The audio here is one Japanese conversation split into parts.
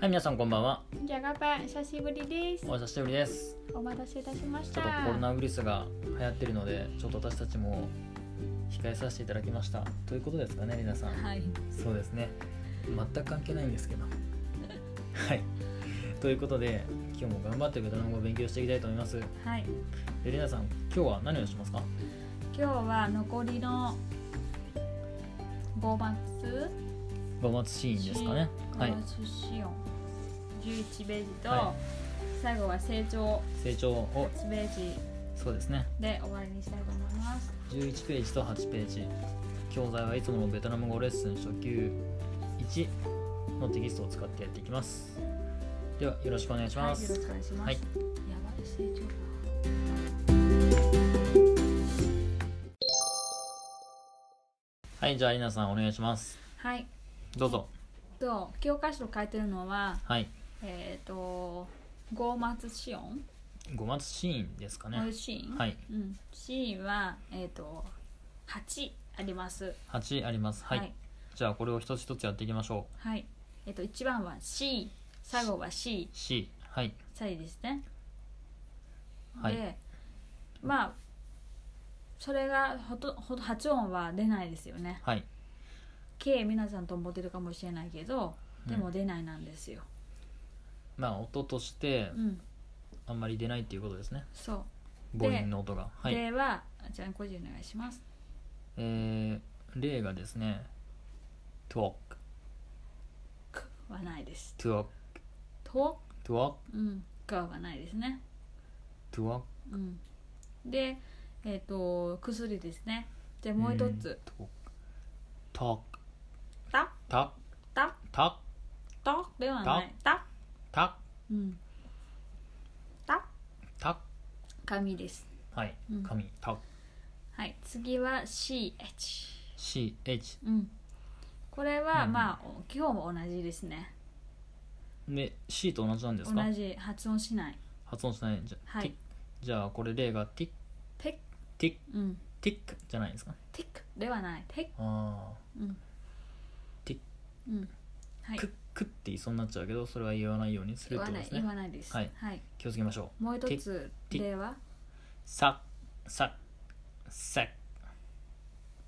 はい、皆さんこんばんは。じゃがばん久しぶりですお久しぶりです。お待たせいたしましちょたっとコロナウイルスが流行ってるので、ちょっと私たちも控えさせていただきました。ということですかね、皆さん。はい、そうですね。全く関係ないんですけど。 はい。ということで、今日も頑張ってベトナム語を勉強していきたいと思います。はい、で、レナさん、今日は何をしますか今日は残りの五月五末シーンですかね。はい五。月シオン11ページと、は最後は成長成長を、 1ページそうですね。で終わりにしたいと思います11ページと8ページ教材はいつものベトナム語レッスン初級1のテキストを使ってやっていきますではよろしくお願いしはい、まよろすしくお願いします、はいやばい成長がはい、じゃありなさんお願いしますはい、どうぞと教科書書いてるのははいえっ、ー、と五月シオン5月シーンですかのねシーン、はいうん、シーンはえっ、ー、と八あります8ありますはい、はいじゃあこれを一つ一つやっていきましょはい。えっと、一番は C、最後は C、う C はい最後ですね。はいで、まあ、それがほとほと発音は出ないですよね。はい K、皆さんと思ってるかもしれないけど、うんでも出ないなんですよ。まあ音としてうん、あんまり出ないっていうことですねそう。母で音の音がはいでは、じゃあ、個人お願いします。えー、例がですね talk くはないです。 talk と、 talk うん、がはないですね。 talk うん。で、えっ、と、薬ですね。で、もう一つ、トークた、トークた、トークとではない。た、トークうん。たトーク紙です。はいうん紙トークはい、次は CH。 CH うん。これは、うんまあ、お今日も同じですね。で C と同じなんですか同じ発音しない。発音しないじゃ,、はいティッじゃあこれ例がティッテック。ティッうん。ティックじゃないですかテックではない。テック。あうん。テッうん。はーいク。ックって言いそうになっちゃうけどそれは言わないようにする言ってことわなでいす、ね言わないです。はい気をつけましょうもう一つ、ティッ例は、サッサッサッ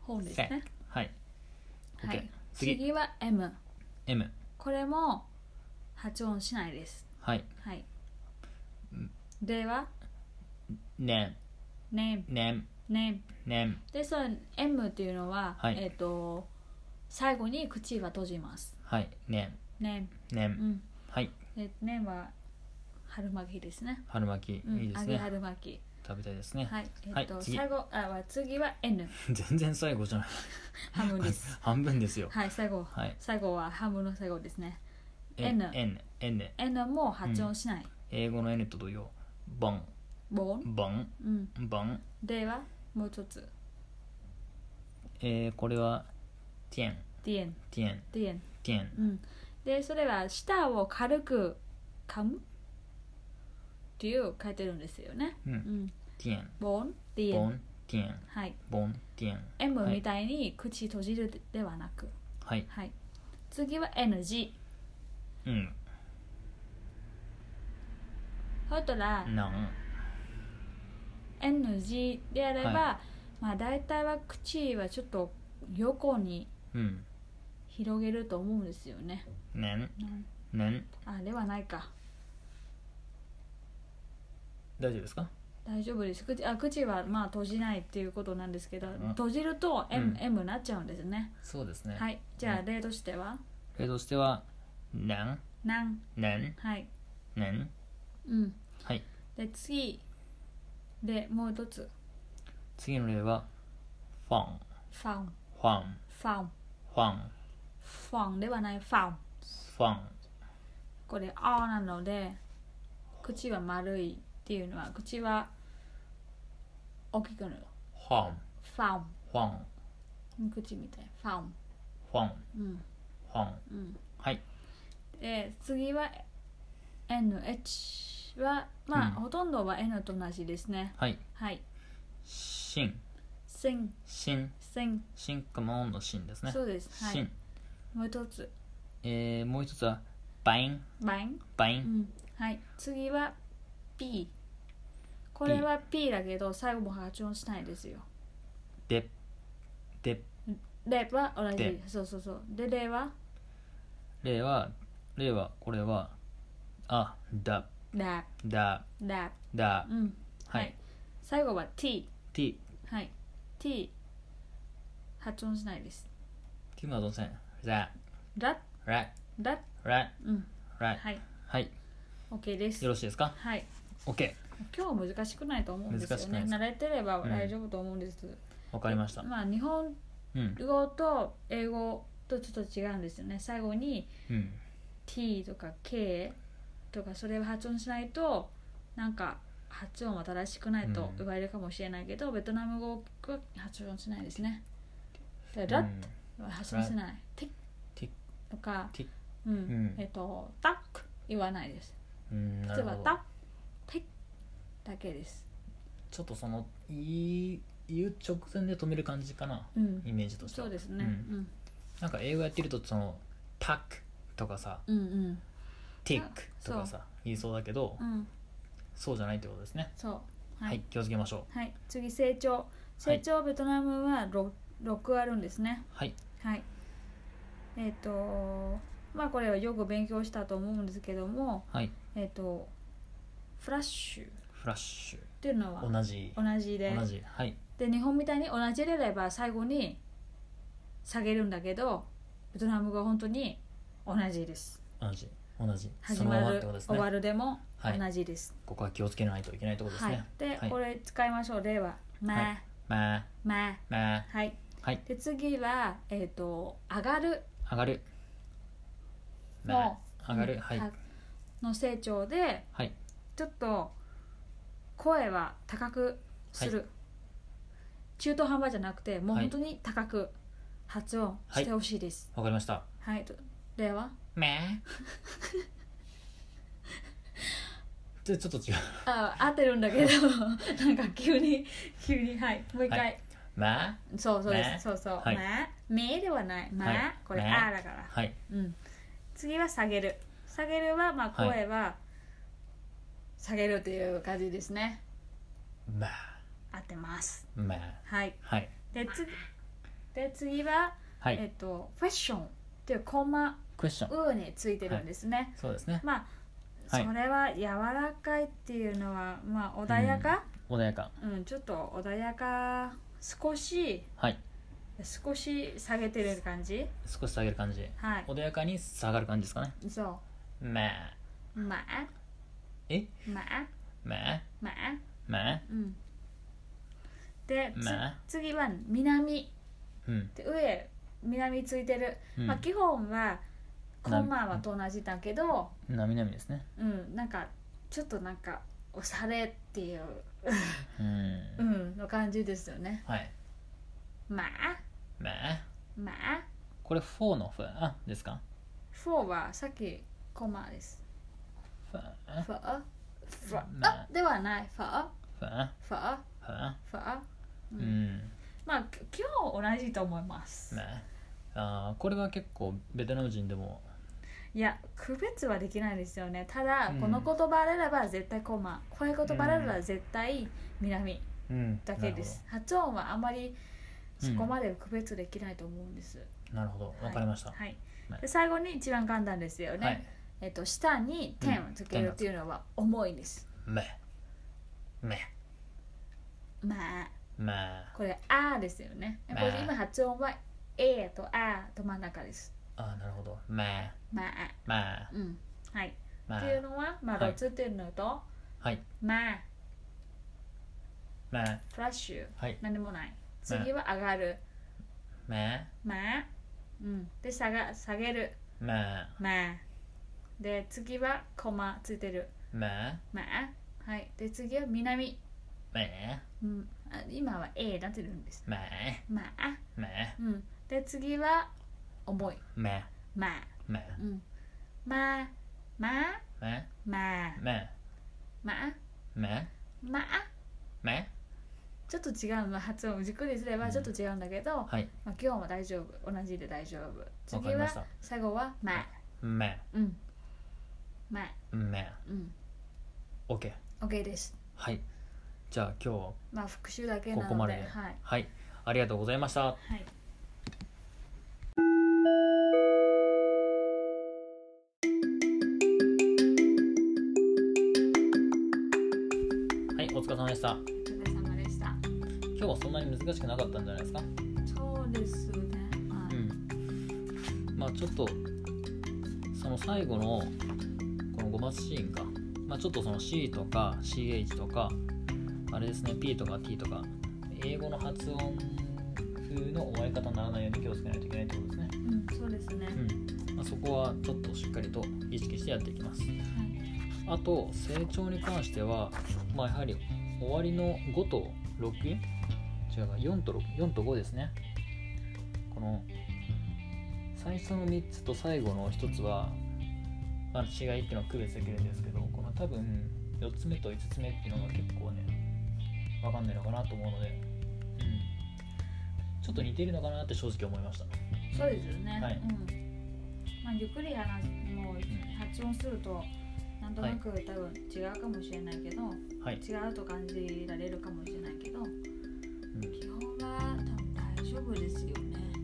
本ですサッね。はいは OK い。次次は M。 M これも、発音しないです。はいはい。では、ネ name。ムネム name。ネムでその M っていうのは、はいえっ、と最後に口は閉じますはいネねムネうムんはいでねは春巻きですね春巻き、うんいいです揚げね春巻き食べたいですね、はいえっ、と、はい次最後あ次は N 全然最後じゃないハムです半分ですよはい最後はい最後はハムの最後ですね N N N N N も発音しない、英語の N と同様ボンボン、ボンうん、ボンではもう一つえー、これはティエン DN ティエン DN ティエンうんでそれは舌を軽く噛むっていう書いてるんですよねうんうんティエンボン DN ボンティエンはい、ボンティエン M はいみたいに口閉じるではなく、はいはい、次は NG うんそしたらなん NG であれば、はまあ大体は口はちょっと横にうん広げると思うんですよねねんねんあではないか大丈夫ですか大丈夫です口あ口はまあ閉じないっていうことなんですけど、ん閉じると M,、うん M になっちゃうんですねそうですねはいじゃうあ例としては例としてはなんなんねんはいねんうんはいで次でもう一つ次の例はファンファンファンファンファンファンではないファンファンこれ「あ」なので口は丸いっていうのは口は大きくなるファンファンファン口みたいファンファンうんファンうんはいで次は NH はまあ、うんほとんどは N と同じですねはいはいシン「せん」シン「せんシンカモンのシンです」ねそうですはシンいもう一つえーもう一つはバインバインバイうンんはい次は P これは P だけど最後も発音しないですよででレは同じでそうそうそうでレは例は例はこれはあだラだラだうんはい、最後は T t はい T 発音しないです t もどうせラララララうんラはいはい、 OK ですよろしいですかはい OK 今日は難しくないと思うんですよ難しくないねです慣れてればうん大丈夫と思うんです、わかりましたまあ日本うん語と英語とちょっと違うんですよね最後にうん T とか K とかそれを発音しないとなんか発音は正しくないと言われるかもしれないけど、ベトナム語は発音しないですね。でラッうんは発音しない。ティッティッとかティッ、うんんえっと、タック言わないです。うんな普通るはほどタック、ティッだけです。ちょっとその言い言う直前で止める感じかなうん、イメージとしてそはうですね。うん、なんか英語やってるとその「タック」とかさうん、うん、 「ティック」とかさ言いそうだけどうん、そうじゃないってことですねそう。はい、気をつけましょうはい、次成長。成長、ベトナムは六六あるんですね。はいはい。えっ、とまあこれはよく勉強したと思うんですけども、はいえっ、とフラッシュっフラッシュていうのは同じ同じで同じはいで日本みたいに同じであれば最後に下げるんだけどベトナム語は本当に同じです同じ同じ始そのまままっるてことです終わねるでもはい同じですここは気をつけないといけないってことですはい、ねで、はいこれ使いましょう例は「まあ、はいまあまあまあ」はいはいで次はえっ、と「上がる」上がるまあ上がるはいあの成長ではいちょっと声は高くする、中途半端じゃなくてもうはい本当に高く発音してほしいですわかりましたはい、とでは まあちょちょっと違うあ合ってるんだけどなんか急に急にはいもう一回、はまあそうそうです、ねそうそう「はいまあ」「め」ではない「まあ」はいこれ「ねあ」だから、はいうん、次は「下げる」「下げるは」まあはい声は下げるという感じですねまあ合ってますまあはいはいで次で次は「はえいっと、ファッションっていうコマクエスチョンうについてるんですね、そうですねまあ、はいそれは柔らかいっていうのはまあ穏やか、穏やかうんちょっと穏やか少しはい少し下げてる感じ少し下げる感じはい穏やかに下がる感じですかねそまあうまあえまあまあまあまあうんで、つまあ次は南うんで上南ついてる、うんまあ基本はコなマはと同じだけどなみなみですねうんなんかちょっとなんかおしゃれっていううんうんの感じですよねはいまあまあまあこれ4のフあですか4はさっきコマですファファファまあではないファファファファファううんんまあき今日同じと思いますまああーこれは結構ベトナム人でもいや区別はできないですよねただ、うんこの言葉であれば絶対コマこういう言葉であれば絶対南うんだけです、発音はあまりそこまで区別できないと思うんです、なるほどわかりましたはい、はいはいで最後に一番簡単ですよね、はいえっと下に点をつけるっていうのは重いんです、まあまあまあまあこれ「あ」ですよね、まあこれ今発音は「え」と「あ」と真ん中ですあーなるほどまあ「まあまあ」うんはい、まあっていうのは「まあ」はいロツっていうのとはい「まあ」まあ「フラッシュ」はい何でもない次は「上がるまあ」 「まあ」うん、で下が下げるまあ「まあ」で次は「コマ」ついてるまあ「まあ」はいで次は「南まあ」うん、あ今は「え」なってるんですまあ「まあまあ」うん、で次は「重い」まあ「まあ」まあうん、まあまあまあまあまあままああまあまあちょっと違う、まあ、発音をじっくりすればちょっと違うんだけど、はいまあ、今日も大丈夫同じで大丈夫わか次りまはした最後はまあまあうん前めうん OK OK ですはいじゃあ今日はまあ復習だけなのこでこまでではい、はい、ありがとうございましたはいはいお疲れ様でしたお疲れ様でした今日はそんなに難しくなかったんじゃないですかそうですねはうい、んまあちょっとその最後のこの5マスシーンか、まあ、ちょっとその C とか CH とかあれですね P とか T とか英語の発音風の終わり方にならないように気をつけないといけないってことですね、うん、そうですね、うんまあ、そこはちょっとしっかりと意識してやっていきますはいあと成長に関しては、まあ、やはり終わりの5と6違うか4と6 4と5ですねこの最初の3つと最後の1つは、まあ、違いっていうのは区別できるんですけどこの多分4つ目と5つ目っていうのが結構ね分かんないのかなと思うので、うん、ちょっと似てるのかなって正直思いましたそうですよね、はいうんまあ、ゆっくり話すもう発音するとなんとなく多分違うかもしれないけど、はい、違うと感じられるかもしれないけどうん、基本は多分大丈夫ですよね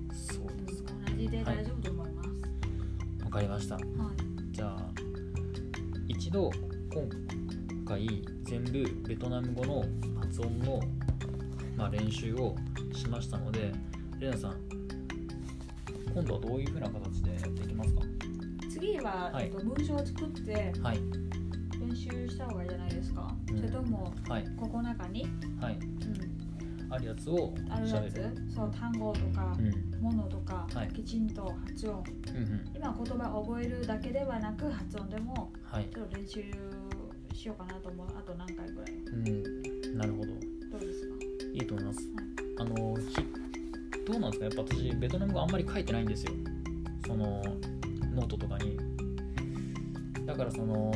そうですうん同じで大丈夫と思います、分かりましたはいじゃあ一度今回全部ベトナム語の発音の、まあ、練習をしましたのでレナさん今度はどういう風な形でやっていきますか次は、はいえっと、文章を作ってはい練習した方がいいじゃないですか、うんそれともはいここの中に、はいうん、あるやつをあるしゃやべるつそう単語とかうん、ものとか、はいきちんと発音うんうん今言葉を覚えるだけではなく発音でもはい、ちょっと練習しようかなと思うあと何回ぐらいうん、なるほどどうですかいいと思いますあのひどうなんですかやっぱ私ベトナム語あんまり書いてないんですよそのノートとかにだからその、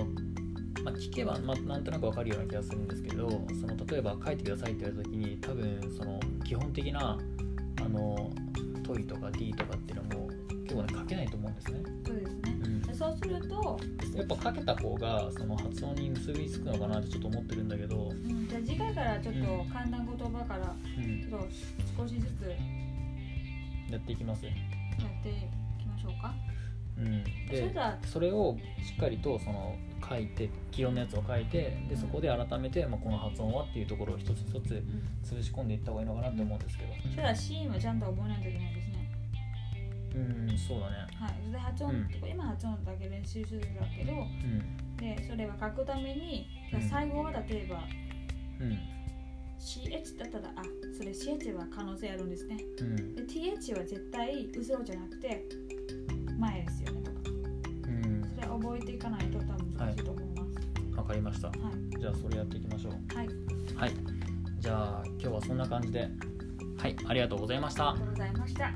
まあ、聞けば、まあ、なんとなくわかるような気がするんですけどその例えば書いてくださいって言われた時に多分その基本的なあのトイとか D とかっていうのも結構ね書けないと思うんですね、そうですねうん、でそうすると、やっぱ書けた方がその発音に結びつくのかなってちょっと思ってるんだけど、うん、じゃあ次回からちょっうと簡単言葉からうん、ちょっと少しずつややっていきますっていきましょうかうんそれでではそれをしっかりとその書いて気温のやつを書いてでそこで改めて、まあ、この発音はっていうところを一つ一つうん潰し込んでいった方がいいのかなって思うんですけどそれではシーンはちゃんと覚えないといけないですねうんそうだねはいそれで発音、う今発音だけ練習するんだけどでそれは書くためにうん最後は例えばうん CH だったらあそれ CH は可能性あるんですねうんで TH は絶対後ろじゃなくて前ですよねとかうんそれ覚えていかないと多分難しいと思いますうんわかりましたはいじゃあそれやっていきましょうはい、ありはいじゃあ今日はそんな感じではいありがとうございましたがとうございました